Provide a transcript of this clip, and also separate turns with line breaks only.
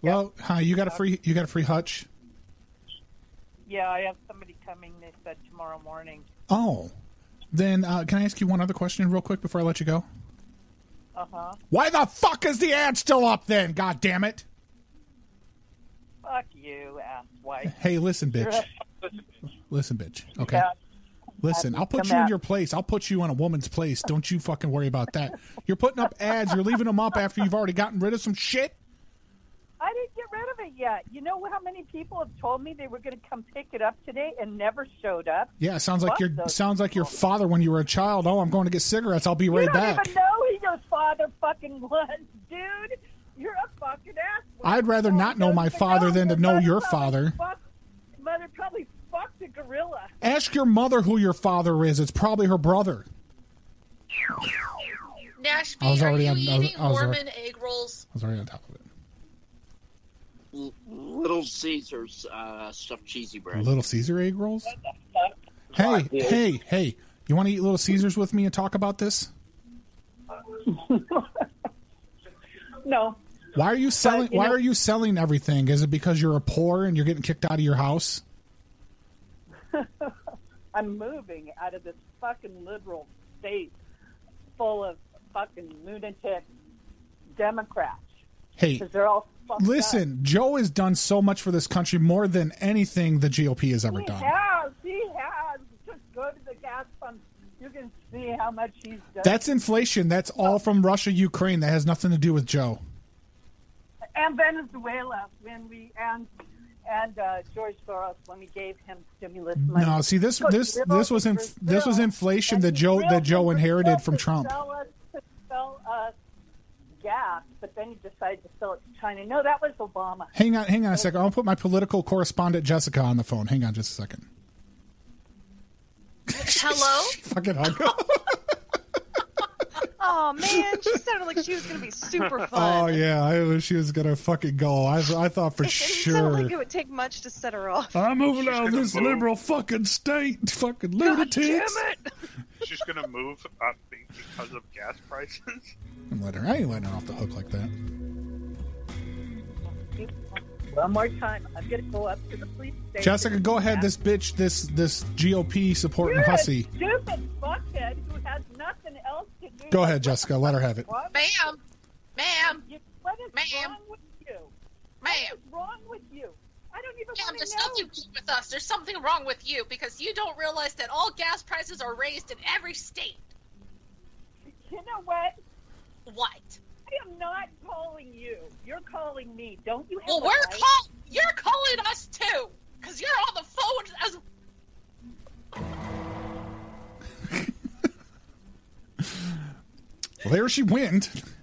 Well, hi. You got a free. You got a free hutch.
Yeah, I have somebody coming. They said tomorrow morning.
Oh, then uh, can I ask you one other question real quick before I let you go?
Uh huh.
Why the fuck is the ad still up then? God damn it!
Fuck you, asswipe.
Hey, listen, bitch. Listen, bitch. Okay.
Yeah.
Listen, I'll put
Come
you in
out.
your place. I'll put you in a woman's place. Don't you fucking worry about that. You're putting up ads. You're leaving them up after you've already gotten rid of some shit.
I didn't get rid of it yet. You know how many people have told me they were going to come pick it up today and never showed up?
Yeah, it sounds like
Fuck
your
those
sounds like your father when you were a child. Oh, I'm going to get cigarettes. I'll be
You
right
don't
back.
even know who your father fucking was, dude. You're a fucking asshole.
I'd rather not know my father than to know your father.
Mother probably fucked a gorilla.
Ask your mother who your father is. It's probably her brother.
Nashby,
I was already
are
on-
you
I was-
eating
I was already-
Mormon egg rolls?
I was already on top of it.
L- Little Caesars uh, stuffed cheesy bread.
Little Caesar egg rolls. Hey,
Yeah.
hey, hey! You want to eat Little Caesars with me and talk about this?
No.
Why are you selling?
you
why
know-
are you selling everything? Is it because you're poor and you're getting kicked out of your house?
I'm moving out of this fucking liberal state full of fucking lunatic Democrats
Hey,
because they're all fucked up.
listen, Joe has done so much for this country more than anything the GOP has ever
He
done.
has. He has. Just go to the gas pump. You can see how much he's done.
That's inflation. That's all from Russia, Ukraine. That has nothing to do with Joe.
and Venezuela when we and and uh, George Soros when we gave him stimulus money.
No, see this
Look,
this
Brazil
this was in,
is
this was
Brazil,
inflation
and
that Joe
Brazil
that Joe
is
inherited
Brazil
from
to
Trump.
Sell us, to sell us gas, but then he decided to sell it to China. No, that was Obama.
Hang on, hang on a second. I'll put my political correspondent Jessica on the phone. Hang on just a second.
Hello?
Fucking hug.
Oh man, she sounded like she was gonna be super fun.
oh yeah, I wish she was gonna fucking go. I I thought for
It didn't sound like it
sure.
would take much to set her off.
I'm moving out of this
move.
liberal fucking state, fucking
God damn
lunatics.
it!
She's gonna move up be- because of gas prices.
I'm letting her. I ain't letting her off the hook like that.
One more time. I'm gonna go up to the police station.
Jessica, go ahead.
Yeah.
This bitch, this this GOP supporting
You're a
hussy.
stupid fuckhead who has nothing else to do.
Go ahead, Jessica. Let her have it.
What?
Ma'am. Ma'am.
You- What is
Ma'am.
wrong with you?
Ma'am.
What's wrong with you? I don't even
Ma'am,
want
there's
to know.
nothing wrong with us. There's something wrong with you because you don't realize that all gas prices are raised in every state.
You know what?
What?
I am not calling you. You're calling me. Don't you have
Well,
a
we're
right?
call- you're calling us too because you're on the phone as
Well, there she went.